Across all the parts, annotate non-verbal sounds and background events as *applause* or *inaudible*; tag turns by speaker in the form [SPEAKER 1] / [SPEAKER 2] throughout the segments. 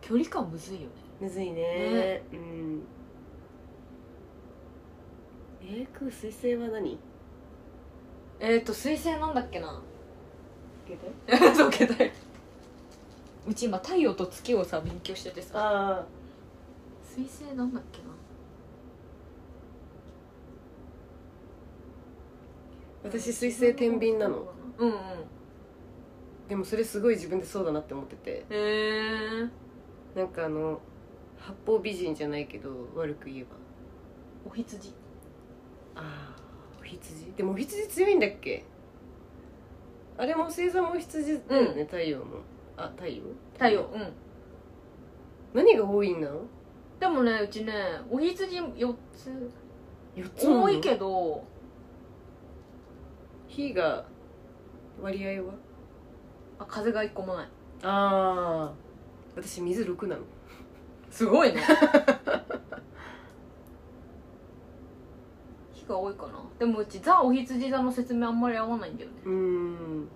[SPEAKER 1] 距離感むずいよね
[SPEAKER 2] むずいね
[SPEAKER 1] ね
[SPEAKER 2] うんえー、空水星は何
[SPEAKER 1] えっ、ー、と水星なんだっけな
[SPEAKER 2] あ
[SPEAKER 1] *laughs* そうけどうち今太陽と月をさ勉強しててさ
[SPEAKER 2] あ
[SPEAKER 1] 水星なんだっけな
[SPEAKER 2] 私水星天秤なの
[SPEAKER 1] うんうん
[SPEAKER 2] でもそれすごい自分でそうだなって思ってて
[SPEAKER 1] へえ
[SPEAKER 2] なんかあの八方美人じゃないけど悪く言えば
[SPEAKER 1] お羊
[SPEAKER 2] ああお羊でもお羊強いんだっけあれも星座もお羊だよね、太陽もあ太陽
[SPEAKER 1] 太陽うん
[SPEAKER 2] 何が多いんなの
[SPEAKER 1] でもねうちねお羊4つ
[SPEAKER 2] 4つも
[SPEAKER 1] 多いけど
[SPEAKER 2] 火が割合は
[SPEAKER 1] あ風が一個もない
[SPEAKER 2] ああ私水6なの
[SPEAKER 1] すごい *laughs* ね火が多いかなでもうちザ・お羊座の説明あんまり合わないんだよね
[SPEAKER 2] うーん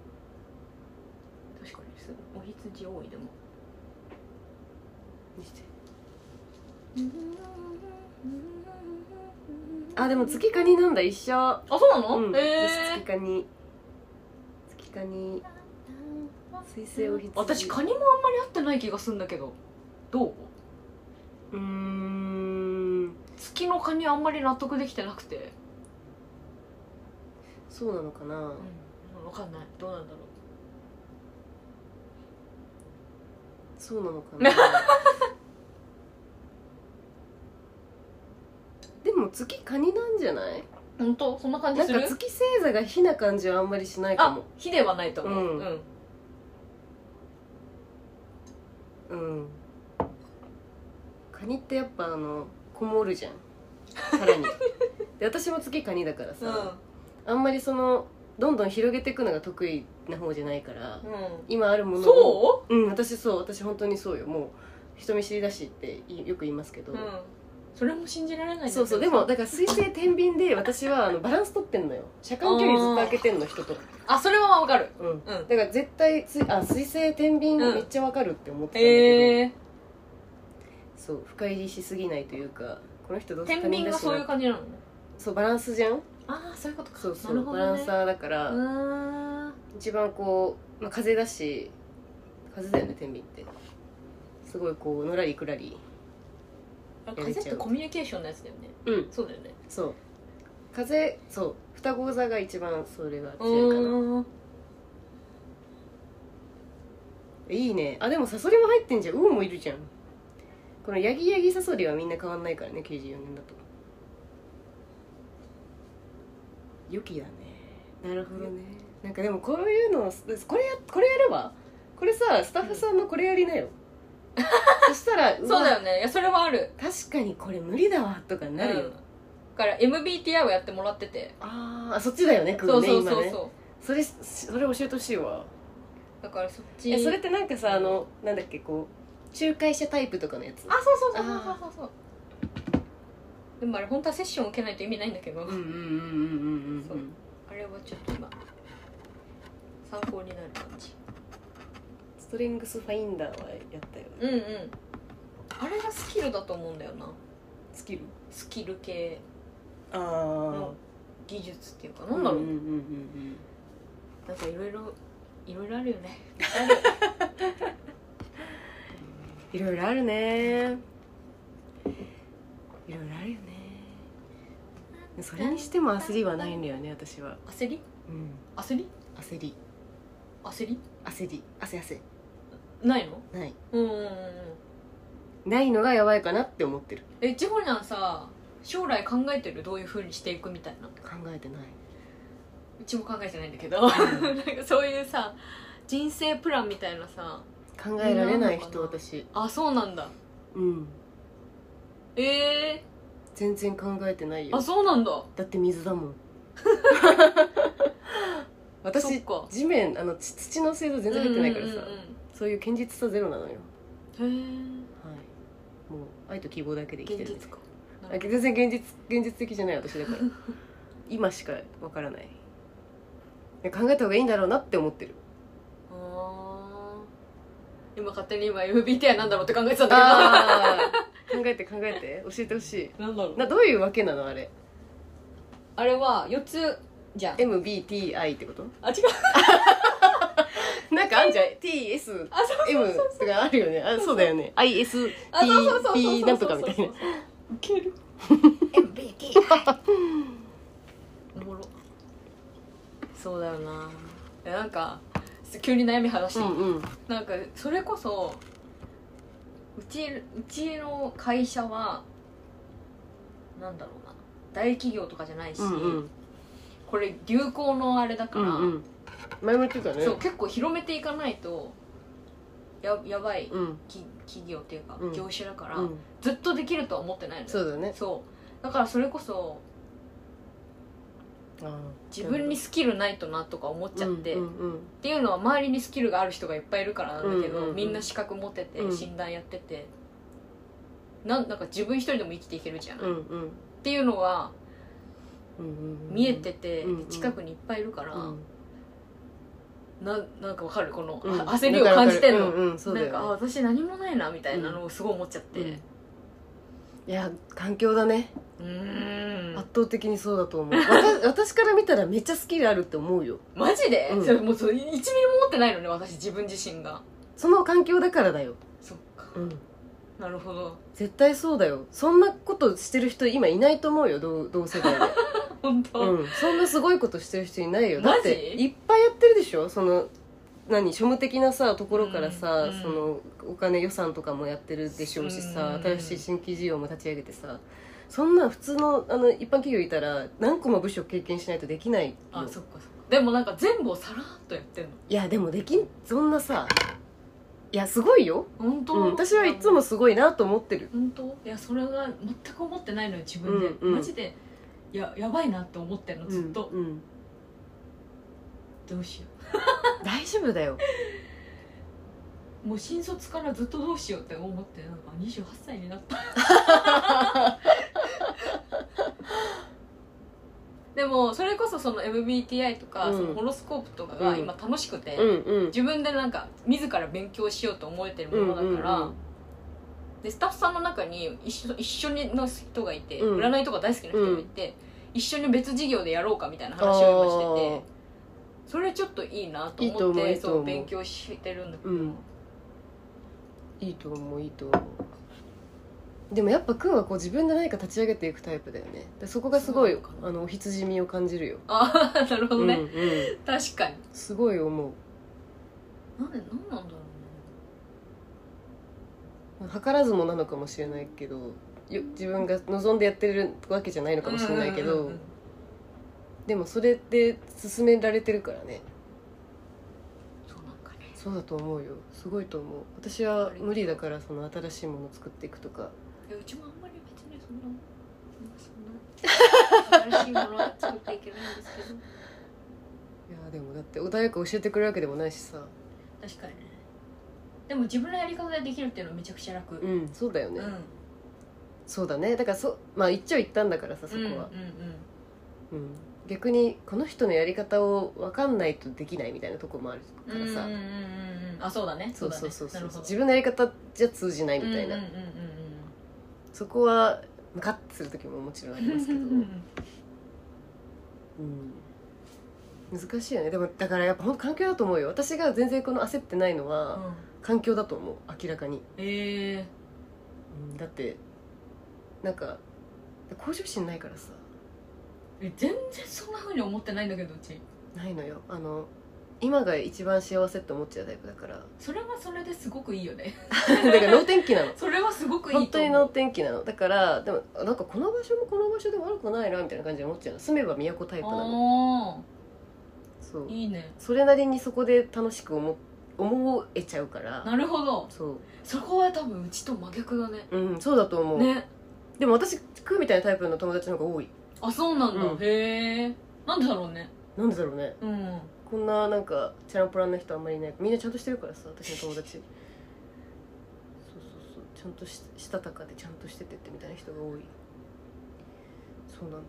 [SPEAKER 1] 確かにすごいお羊多いでも
[SPEAKER 2] 見せてあでも月カニなんだ一緒
[SPEAKER 1] あそうなの、
[SPEAKER 2] うん、
[SPEAKER 1] へ
[SPEAKER 2] 私
[SPEAKER 1] え
[SPEAKER 2] 月カニ月カニ水星お羊
[SPEAKER 1] 私カニもあんまり合ってない気がするんだけどどう
[SPEAKER 2] うーん
[SPEAKER 1] 月のカニあんまり納得できてなくて、
[SPEAKER 2] そうなのかな
[SPEAKER 1] うん、分かんないどうなんだろう
[SPEAKER 2] そうなのか *laughs* なでも月カニなんじゃない
[SPEAKER 1] 本当そんな感じ
[SPEAKER 2] なん
[SPEAKER 1] す
[SPEAKER 2] か
[SPEAKER 1] る
[SPEAKER 2] 月星座が火な感じはあんまりしないか
[SPEAKER 1] あ
[SPEAKER 2] も
[SPEAKER 1] 火ではないと思う、
[SPEAKER 2] う
[SPEAKER 1] うんん
[SPEAKER 2] うんカニってやっぱあのこもるじゃん殻にで私も月カニだからさ、あんまりそのどんどん広げていくのが得意な方じゃないから、今あるものを、
[SPEAKER 1] そう
[SPEAKER 2] ん、私そう私本当にそうよもう人見知りだしっていよく言いますけど、
[SPEAKER 1] う、うん、それも信じられないんだけ
[SPEAKER 2] そ
[SPEAKER 1] ど
[SPEAKER 2] うそうでもだから水星天秤で私はあのバランス取ってんのよ車間距離ずっと開けてんの人と、
[SPEAKER 1] あそれはわかる
[SPEAKER 2] うん、
[SPEAKER 1] うん
[SPEAKER 2] だから絶対水あ水星天秤
[SPEAKER 1] うん
[SPEAKER 2] めっちゃわかるって思ってたんだけど、
[SPEAKER 1] へえ
[SPEAKER 2] そう深入りしすぎないというかこの人どうせ
[SPEAKER 1] 天
[SPEAKER 2] 他
[SPEAKER 1] 秤
[SPEAKER 2] 人だ
[SPEAKER 1] が
[SPEAKER 2] しな
[SPEAKER 1] そういう感じなの
[SPEAKER 2] そうバランスじゃん
[SPEAKER 1] ああそういうことか
[SPEAKER 2] そうそ
[SPEAKER 1] な
[SPEAKER 2] う、
[SPEAKER 1] るほ
[SPEAKER 2] バ
[SPEAKER 1] ど
[SPEAKER 2] ラン
[SPEAKER 1] ね
[SPEAKER 2] サーだから、
[SPEAKER 1] うーん
[SPEAKER 2] 一番こう、まあ、風だし風だよね天秤ってすごいこうのらりくらり
[SPEAKER 1] あ風ってコミュニケーションのやつだよね
[SPEAKER 2] うん
[SPEAKER 1] そうだよね
[SPEAKER 2] そう風そう双子座が一番それが
[SPEAKER 1] う
[SPEAKER 2] 強いかな
[SPEAKER 1] ーん
[SPEAKER 2] いいねあでもサソリも入ってんじゃんウオもいるじゃんこのヤギヤギサソリはみんな変わんないからね94年だと良きだねなるほどねなんかでもこういうのこれやこれやればこれさスタッフさんのこれやりなよそし
[SPEAKER 1] *laughs*
[SPEAKER 2] たら
[SPEAKER 1] そう
[SPEAKER 2] わ
[SPEAKER 1] だよねいやそれはある
[SPEAKER 2] 確かにこれ無理だわとかなるよ、
[SPEAKER 1] うんだから MBTI をやってもらってて
[SPEAKER 2] あーあそっちだよね
[SPEAKER 1] そ
[SPEAKER 2] 黒
[SPEAKER 1] う
[SPEAKER 2] ね
[SPEAKER 1] そうそう
[SPEAKER 2] 今ね
[SPEAKER 1] そ
[SPEAKER 2] それそれ教えてほしいわ
[SPEAKER 1] うだからそっち
[SPEAKER 2] えそれってなんかさあのなんだっけこう仲介者タイプとかのやつ
[SPEAKER 1] あそうそうそうそうそうそうそうでもあれ本当はセッション受けないと意味ないんだけど、
[SPEAKER 2] うんうんうんうんうんうんうん
[SPEAKER 1] あれはちょっと今参考になる感じ
[SPEAKER 2] ストリングスファインダーはやったよ
[SPEAKER 1] うんうんあれがスキルだと思うんだよな
[SPEAKER 2] スキル
[SPEAKER 1] スキル系
[SPEAKER 2] あ
[SPEAKER 1] の
[SPEAKER 2] あ
[SPEAKER 1] 技術っていうかなんだろう、
[SPEAKER 2] うんうんうん
[SPEAKER 1] なんかいろいろいろいろあるよ
[SPEAKER 2] *laughs*
[SPEAKER 1] ね
[SPEAKER 2] いろいろあるねいろいろあるよねそれにしても焦りはないんだよね私は
[SPEAKER 1] 焦り
[SPEAKER 2] うん
[SPEAKER 1] 焦り
[SPEAKER 2] 焦り
[SPEAKER 1] 焦り
[SPEAKER 2] 焦り汗汗
[SPEAKER 1] ないの
[SPEAKER 2] ない
[SPEAKER 1] うんうんうんうん
[SPEAKER 2] ないのがやばいかなって思ってる
[SPEAKER 1] えちほにゃんさ将来考えてるどういうふうにしていくみたいな
[SPEAKER 2] 考えてないう
[SPEAKER 1] ちも考えてないんだけど *laughs*
[SPEAKER 2] *laughs*
[SPEAKER 1] なんかそういうさ人生プランみたいなさ
[SPEAKER 2] 考えられない
[SPEAKER 1] みんな
[SPEAKER 2] 人
[SPEAKER 1] あんのかな
[SPEAKER 2] 私
[SPEAKER 1] あそうなんだ
[SPEAKER 2] うん
[SPEAKER 1] ええ
[SPEAKER 2] 全然考えてないよ
[SPEAKER 1] あそうなんだ
[SPEAKER 2] だって水だも *laughs* ん
[SPEAKER 1] そっ
[SPEAKER 2] 私
[SPEAKER 1] か
[SPEAKER 2] 地面あの土土の星座全然入ってないからさ、
[SPEAKER 1] うんうん
[SPEAKER 2] そういう堅実さゼロなのよ
[SPEAKER 1] うん
[SPEAKER 2] はいもう愛と希望だけで
[SPEAKER 1] へ
[SPEAKER 2] 生き
[SPEAKER 1] え現
[SPEAKER 2] てる
[SPEAKER 1] 実か
[SPEAKER 2] あ全然現実現実的じゃない私だから *laughs* 今しかわからない考えた方がいいんだろうなって思ってる
[SPEAKER 1] あ今勝手に今 MBTI なんだろうって考えてたんだ
[SPEAKER 2] あー考えて考えて教えてほしい
[SPEAKER 1] けどなんだろう
[SPEAKER 2] などういうわけなのあれ
[SPEAKER 1] あれは4つじゃん
[SPEAKER 2] MBTI ってこと
[SPEAKER 1] あ違う
[SPEAKER 2] なんかあんじゃん TSM
[SPEAKER 1] あそう
[SPEAKER 2] とかあるよねあそうだよね
[SPEAKER 1] あそうそうそうそうそう
[SPEAKER 2] ISTP なんとかみたいな
[SPEAKER 1] ウケる MBTI おもろそうだよないやなんか急に悩み話して
[SPEAKER 2] う
[SPEAKER 1] いい、
[SPEAKER 2] んうん
[SPEAKER 1] なんかそれこそうちうちの会社はなんだろうな大企業とかじゃないし、
[SPEAKER 2] うんうん
[SPEAKER 1] これ流行のあれだか
[SPEAKER 2] う
[SPEAKER 1] ら、
[SPEAKER 2] んうん前も言ってたね
[SPEAKER 1] そう結構広めていかないとややばい
[SPEAKER 2] うん
[SPEAKER 1] き企業っていうか、
[SPEAKER 2] うん
[SPEAKER 1] 業種だから、
[SPEAKER 2] うん
[SPEAKER 1] ずっとできるとは思ってないのよ
[SPEAKER 2] そうだね
[SPEAKER 1] そうだからそれこそ
[SPEAKER 2] あー
[SPEAKER 1] 自分にスキルないとなとか思っちゃって、
[SPEAKER 2] うん
[SPEAKER 1] っ
[SPEAKER 2] うんうん
[SPEAKER 1] ていうのは周りにスキルがある人がいっぱいいるからなんだけど、
[SPEAKER 2] うんうんうん
[SPEAKER 1] みんな資格持ってて
[SPEAKER 2] うん
[SPEAKER 1] 診断やってて、なんなんか自分一人でも生きていけるじゃん、
[SPEAKER 2] う
[SPEAKER 1] っ
[SPEAKER 2] んうん
[SPEAKER 1] ていうのは
[SPEAKER 2] うんうん
[SPEAKER 1] 見えてて、
[SPEAKER 2] うんうん
[SPEAKER 1] 近くにいっぱいいるから、
[SPEAKER 2] うん
[SPEAKER 1] ななんかわかるこの、
[SPEAKER 2] うん
[SPEAKER 1] あ *laughs* 焦りを感じてんの、
[SPEAKER 2] わかるわかるうんうんそうだ
[SPEAKER 1] な
[SPEAKER 2] よ
[SPEAKER 1] ん
[SPEAKER 2] ね
[SPEAKER 1] かあ私何もないなみたいなのをすごい思っちゃって
[SPEAKER 2] うんいや環境だね
[SPEAKER 1] うーん
[SPEAKER 2] 圧倒的にそうだと思
[SPEAKER 1] *laughs*
[SPEAKER 2] う私私から見たらめっちゃスキルあるって思うよ
[SPEAKER 1] マジで、
[SPEAKER 2] うん
[SPEAKER 1] それもうそれ1ミリも持ってないのね私自分自身が
[SPEAKER 2] その環境だからだよ、
[SPEAKER 1] そっか
[SPEAKER 2] うん、
[SPEAKER 1] なるほど
[SPEAKER 2] 絶対そうだよそんなことしてる人今いないと思うよ同同世代で、
[SPEAKER 1] 本当、
[SPEAKER 2] うん、そんなすごいことしてる人いないよだ
[SPEAKER 1] マ
[SPEAKER 2] っ
[SPEAKER 1] ジ
[SPEAKER 2] ていっぱいやってるでしょその何庶務的なさところからさ、
[SPEAKER 1] うん
[SPEAKER 2] そのお金予算とかもやってるでしょうしさ、
[SPEAKER 1] うん
[SPEAKER 2] 新しい新規事業も立ち上げてさそんな普通のあの一般企業いたら何個も部署経験しないとできないよ
[SPEAKER 1] あそっかそっかでもなんか全部をさらっとやってんの
[SPEAKER 2] いやでもできんそんなさいやすごいよ、
[SPEAKER 1] 本当、
[SPEAKER 2] うん、私はいつもすごいなと思ってる
[SPEAKER 1] 本当いやそれが全く思ってないのよ自分で、
[SPEAKER 2] うんうん
[SPEAKER 1] マジでややばいなって思ってるのずっと、
[SPEAKER 2] うんうん
[SPEAKER 1] どうしよ
[SPEAKER 2] 大丈夫だよ
[SPEAKER 1] うもう新卒からずっとどうしようって思ってなんか28歳になった
[SPEAKER 2] *laughs*
[SPEAKER 1] でもそれこそその MBTI とか、
[SPEAKER 2] うん
[SPEAKER 1] そのホロスコープとかが今楽しくて、
[SPEAKER 2] うんうん
[SPEAKER 1] 自分でなんか自ら勉強しようと思えてるものだから、
[SPEAKER 2] うんうんうん
[SPEAKER 1] でスタッフさんの中に一緒一緒にの人がいて、
[SPEAKER 2] うん
[SPEAKER 1] 占いとか大好きな人がいて、一緒に別事業でやろうかみたいな話を今しててそれちょっといいなと
[SPEAKER 2] いい
[SPEAKER 1] 思っ
[SPEAKER 2] と思う
[SPEAKER 1] て
[SPEAKER 2] いい
[SPEAKER 1] そ
[SPEAKER 2] と思う
[SPEAKER 1] う勉強してるんだけど、
[SPEAKER 2] うんいいと思ういいと思うでもやっぱくんはこう自分で何か立ち上げていくタイプだよねでそこがすごい
[SPEAKER 1] そうなのかな
[SPEAKER 2] あのお羊味を感じるよ、
[SPEAKER 1] ああ *laughs* なるほど
[SPEAKER 2] うんう
[SPEAKER 1] ね、
[SPEAKER 2] ん、
[SPEAKER 1] 確かに
[SPEAKER 2] すごい思う
[SPEAKER 1] なんでなんなんだろうね
[SPEAKER 2] 図らずもなのかもしれないけどよ自分が望んでやってるわけじゃないのかもしれないけど、
[SPEAKER 1] うんうんうんうん
[SPEAKER 2] でもそれで進められてるからね
[SPEAKER 1] そうなんかね
[SPEAKER 2] そうだと思うよすごいと思う私は無理だからその新しいものを作っていくとか
[SPEAKER 1] いやうちもあんまり別にそんななんかそんな新しいものは作っていけないんですけど
[SPEAKER 2] いやでもだって穏やか教えてくれるわけでもないしさ
[SPEAKER 1] 確かにねでも自分のやり方でできるっていうのはめちゃくちゃ楽う
[SPEAKER 2] うんんそうだよね、
[SPEAKER 1] うん
[SPEAKER 2] そうだねだからそまあ一応言ったんだからさそこ
[SPEAKER 1] うんうん
[SPEAKER 2] は、うん逆にこの人のやり方を分かんないとできないみたいなとこもある
[SPEAKER 1] う
[SPEAKER 2] か
[SPEAKER 1] ん
[SPEAKER 2] ら
[SPEAKER 1] うん
[SPEAKER 2] さ、
[SPEAKER 1] うんうんあそうだね
[SPEAKER 2] そうそうそうそ
[SPEAKER 1] な
[SPEAKER 2] う、
[SPEAKER 1] るほど
[SPEAKER 2] 自分のやり方じゃ通じないみたいな、
[SPEAKER 1] うんうんうんうん
[SPEAKER 2] そこはムカッとする時ももちろんありますけど、
[SPEAKER 1] うんうん
[SPEAKER 2] うん、難しいよねでもだからやっぱ本当環境だと思うよ私が全然この焦ってないのは、
[SPEAKER 1] うん
[SPEAKER 2] 環境だと思う明らかに、
[SPEAKER 1] ええ
[SPEAKER 2] うん、だってなんか向上心ないからさ
[SPEAKER 1] え全然そんなふうに思ってないんだけどうち
[SPEAKER 2] ないのよあの今が一番幸せって思っちゃうタイプだから
[SPEAKER 1] *laughs* それはそれですごくいいよね *laughs*
[SPEAKER 2] だから能天気なの
[SPEAKER 1] それはすごくいいと思う
[SPEAKER 2] 本当に能天気なのだからでもなんかこの場所もこの場所でも悪くないなみたいな感じで思っちゃうの住めば都タイプな
[SPEAKER 1] あ
[SPEAKER 2] のそう
[SPEAKER 1] ーいいね
[SPEAKER 2] それなりにそこで楽しく思思えちゃうから
[SPEAKER 1] なるほど
[SPEAKER 2] そ
[SPEAKER 1] そこは多分うちと真逆だね
[SPEAKER 2] ううんそうだと思う、
[SPEAKER 1] ね
[SPEAKER 2] でも私食うみたいなタイプの友達の方が多い
[SPEAKER 1] あそうなんだ、
[SPEAKER 2] うん
[SPEAKER 1] へえなんでだろうね
[SPEAKER 2] なんでだろうね
[SPEAKER 1] うん
[SPEAKER 2] こんななんかチャランポランな人あんまりいないみんなちゃんとしてるからさ私の友達そうそうそうちゃんとししたたかでちゃんとしててってみたいな人が多いそうなんだよね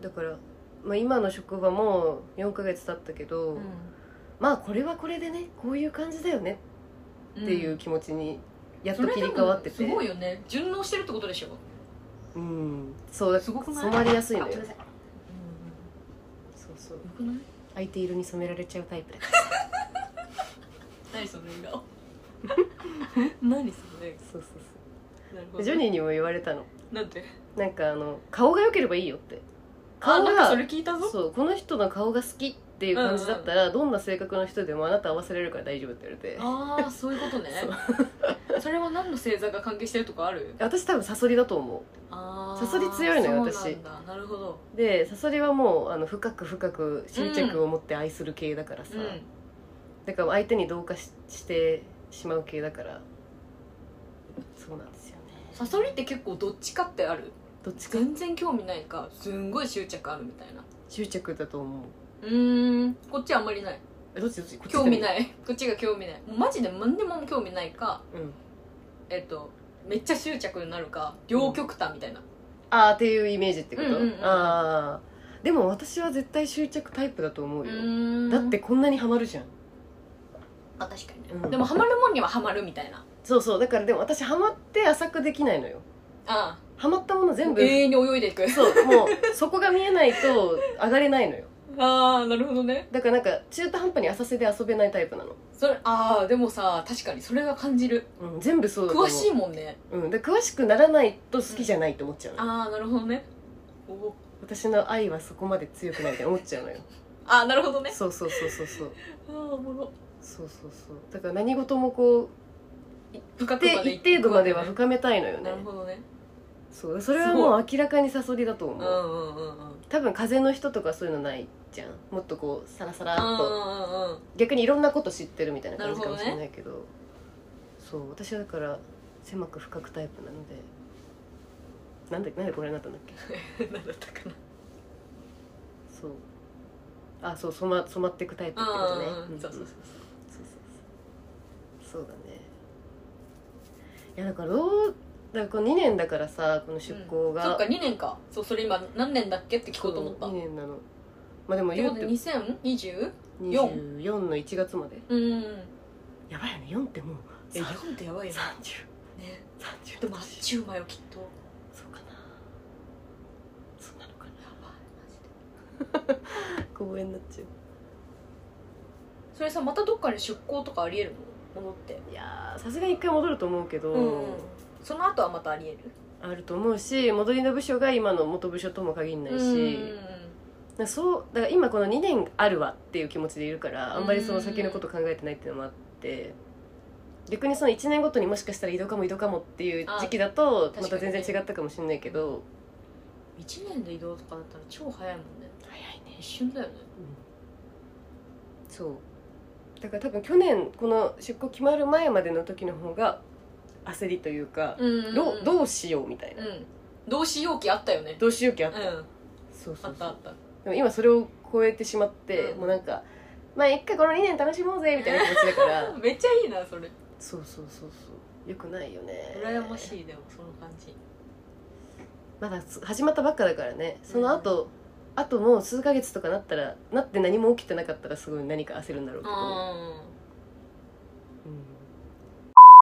[SPEAKER 2] だから、まあ、今の職場も4ヶ月経ったけど、
[SPEAKER 1] うん
[SPEAKER 2] まあこれはこれでねこういう感じだよね
[SPEAKER 1] て
[SPEAKER 2] っていう気持ちにやっと切り替わってて
[SPEAKER 1] すごいよね順応してるってことでしょ
[SPEAKER 2] うんそうだ
[SPEAKER 1] すごくない
[SPEAKER 2] 染まりやすい
[SPEAKER 1] あ
[SPEAKER 2] の
[SPEAKER 1] ごめ
[SPEAKER 2] よ
[SPEAKER 1] んなさい
[SPEAKER 2] そうそう
[SPEAKER 1] よくない
[SPEAKER 2] 相手色に染められちゃうタイプだ
[SPEAKER 1] 何その笑
[SPEAKER 2] *laughs*
[SPEAKER 1] 顔何その笑
[SPEAKER 2] そうそうそ
[SPEAKER 1] 顔なるほ
[SPEAKER 2] う
[SPEAKER 1] ど
[SPEAKER 2] ジョニーにも言われたの
[SPEAKER 1] なんて
[SPEAKER 2] なんかあの顔が良ければいいよって
[SPEAKER 1] あ
[SPEAKER 2] 顔
[SPEAKER 1] なんか
[SPEAKER 2] が
[SPEAKER 1] それ聞いたぞ
[SPEAKER 2] そうこの人の顔が好きっていう感じだったら、どんな性格の人でもあなた合わせれるから大丈夫って言われて
[SPEAKER 1] ああそういうことねそれは何の星座が関係してるとかある
[SPEAKER 2] 私多分サソリだと思
[SPEAKER 1] あ
[SPEAKER 2] サソリ強いのよ
[SPEAKER 1] 私そう
[SPEAKER 2] 私
[SPEAKER 1] なんだなるほど
[SPEAKER 2] うでサソリはもうあの深く深く執着を持って愛する系だからさ、
[SPEAKER 1] うん
[SPEAKER 2] だから相手に同化ししてしまう系だからそうなんですよね
[SPEAKER 1] サソリって結構どっちかってある
[SPEAKER 2] どっちか
[SPEAKER 1] 全然興味ないかすんごい執着あるみたいな
[SPEAKER 2] 執着だと思う
[SPEAKER 1] うーんこっちあんまりない
[SPEAKER 2] えどっちどっちこっち
[SPEAKER 1] 興味
[SPEAKER 2] い、
[SPEAKER 1] ないこっちが興味ないもうマジで何でも興味ないか
[SPEAKER 2] うん、
[SPEAKER 1] えっとめっちゃ執着になるか両極端みたいな、
[SPEAKER 2] ああっていうイメージってこと、
[SPEAKER 1] うんうんうん
[SPEAKER 2] ああでも私は絶対執着タイプだと思うよ、
[SPEAKER 1] ーん
[SPEAKER 2] だってこんなにハマるじゃん
[SPEAKER 1] あ確かにね、
[SPEAKER 2] うん
[SPEAKER 1] でもハマるもんにはハマるみたいな
[SPEAKER 2] そうそうだからでも私ハマって浅くできないのよ
[SPEAKER 1] ああ
[SPEAKER 2] ハマったもの全部、
[SPEAKER 1] 永遠に泳いでいく
[SPEAKER 2] そうもうそこが見えないと上がれないのよ
[SPEAKER 1] *laughs* ああなるほどね
[SPEAKER 2] だからなんか中途半端に浅瀬で遊べないタイプなの、
[SPEAKER 1] それああでもさ確かにそれが感じる
[SPEAKER 2] うん、全部そうだと思
[SPEAKER 1] 詳
[SPEAKER 2] う
[SPEAKER 1] しいもんね
[SPEAKER 2] うん、で詳しくならないと好きじゃないと思っちゃうのよ、
[SPEAKER 1] ああなるほどねおお
[SPEAKER 2] 私の愛はそこまで強くないって思っち
[SPEAKER 1] *laughs*
[SPEAKER 2] ゃうのよ
[SPEAKER 1] ああなるほどね
[SPEAKER 2] そうそうそうそうそう
[SPEAKER 1] ああおもろ
[SPEAKER 2] そうそうそうだから何事もこ
[SPEAKER 1] 深
[SPEAKER 2] うで一程度までは深めたいのよ
[SPEAKER 1] な
[SPEAKER 2] ね
[SPEAKER 1] るほどね
[SPEAKER 2] そうそれはもう明らかにサソリだと
[SPEAKER 1] うん
[SPEAKER 2] 思う、
[SPEAKER 1] うんうんうん
[SPEAKER 2] 多分風の人とかそういうのないじゃんもっとこうサラサラっ
[SPEAKER 1] うんう
[SPEAKER 2] と
[SPEAKER 1] んうん
[SPEAKER 2] 逆にいろんなこと知ってるみたいな感じかもし
[SPEAKER 1] なる
[SPEAKER 2] れ
[SPEAKER 1] ほど
[SPEAKER 2] ないけどそう私はだから狭く深くタイプなのでなんでなんでこれになったんだっけ
[SPEAKER 1] うん何だったかな
[SPEAKER 2] そうあそう染ま染まっていくタイプってことね
[SPEAKER 1] うんうんうんそうそうそう
[SPEAKER 2] そうそうそうそうだねいやだからどうだからこの2年だからさこの出向が、
[SPEAKER 1] そっか2年かそうそれ今何年だっけって聞こうと思った
[SPEAKER 2] 2
[SPEAKER 1] っ
[SPEAKER 2] 年なのまあでも
[SPEAKER 1] て
[SPEAKER 2] 言
[SPEAKER 1] こ
[SPEAKER 2] う
[SPEAKER 1] と
[SPEAKER 2] て
[SPEAKER 1] で 2020?
[SPEAKER 2] 24の1月まで
[SPEAKER 1] うん
[SPEAKER 2] やばいよね4ってもう
[SPEAKER 1] え
[SPEAKER 2] さ
[SPEAKER 1] 4ってやばいよね
[SPEAKER 2] 3030
[SPEAKER 1] ねでもあっちゅうまよきっとや
[SPEAKER 2] そうかなそんなのかな
[SPEAKER 1] ばいマジで
[SPEAKER 2] 公園になっちゃ
[SPEAKER 1] それさまたどっかに出向とかありえるの戻って
[SPEAKER 2] ういやーさすがに一回戻ると思うけど、
[SPEAKER 1] うんその後はまたありえる
[SPEAKER 2] あると思うし戻りの部署が今の元部署とも限らないし、
[SPEAKER 1] うん
[SPEAKER 2] だからそうだから今この2年あるわっていう気持ちでいるからあんまりその先のこと考えてないっていうのもあって逆にその1年ごとにもしかしたら移動かも移動かもっていう時期だと
[SPEAKER 1] あ
[SPEAKER 2] また全然違ったかもしれないけど
[SPEAKER 1] 1年で移動とかだったら超早いもんね
[SPEAKER 2] 早いね
[SPEAKER 1] 一瞬だよね
[SPEAKER 2] そうだから多分去年この出向決まる前までの時の方が焦りというか、
[SPEAKER 1] うん
[SPEAKER 2] どうどうしようみたいな、
[SPEAKER 1] うんどうしようきあったよね
[SPEAKER 2] どうしようきあ
[SPEAKER 1] う
[SPEAKER 2] っ
[SPEAKER 1] ん
[SPEAKER 2] た、そ
[SPEAKER 1] あっ
[SPEAKER 2] うそう
[SPEAKER 1] た
[SPEAKER 2] そ
[SPEAKER 1] あ
[SPEAKER 2] う
[SPEAKER 1] った
[SPEAKER 2] でも今それを超えてしまって、
[SPEAKER 1] うん
[SPEAKER 2] もうなんかまあ一回この2年楽しもうぜみたいな気持ちだか
[SPEAKER 1] *laughs*
[SPEAKER 2] ら
[SPEAKER 1] めっちゃいいなそれ
[SPEAKER 2] そうそうそうそうよくないよね
[SPEAKER 1] 羨ましいでもその感じ
[SPEAKER 2] まだつ始まったばっかだからねその後、あともう数ヶ月とかなったらなって何も起きてなかったらすごい何か焦るんだろうけど
[SPEAKER 1] うん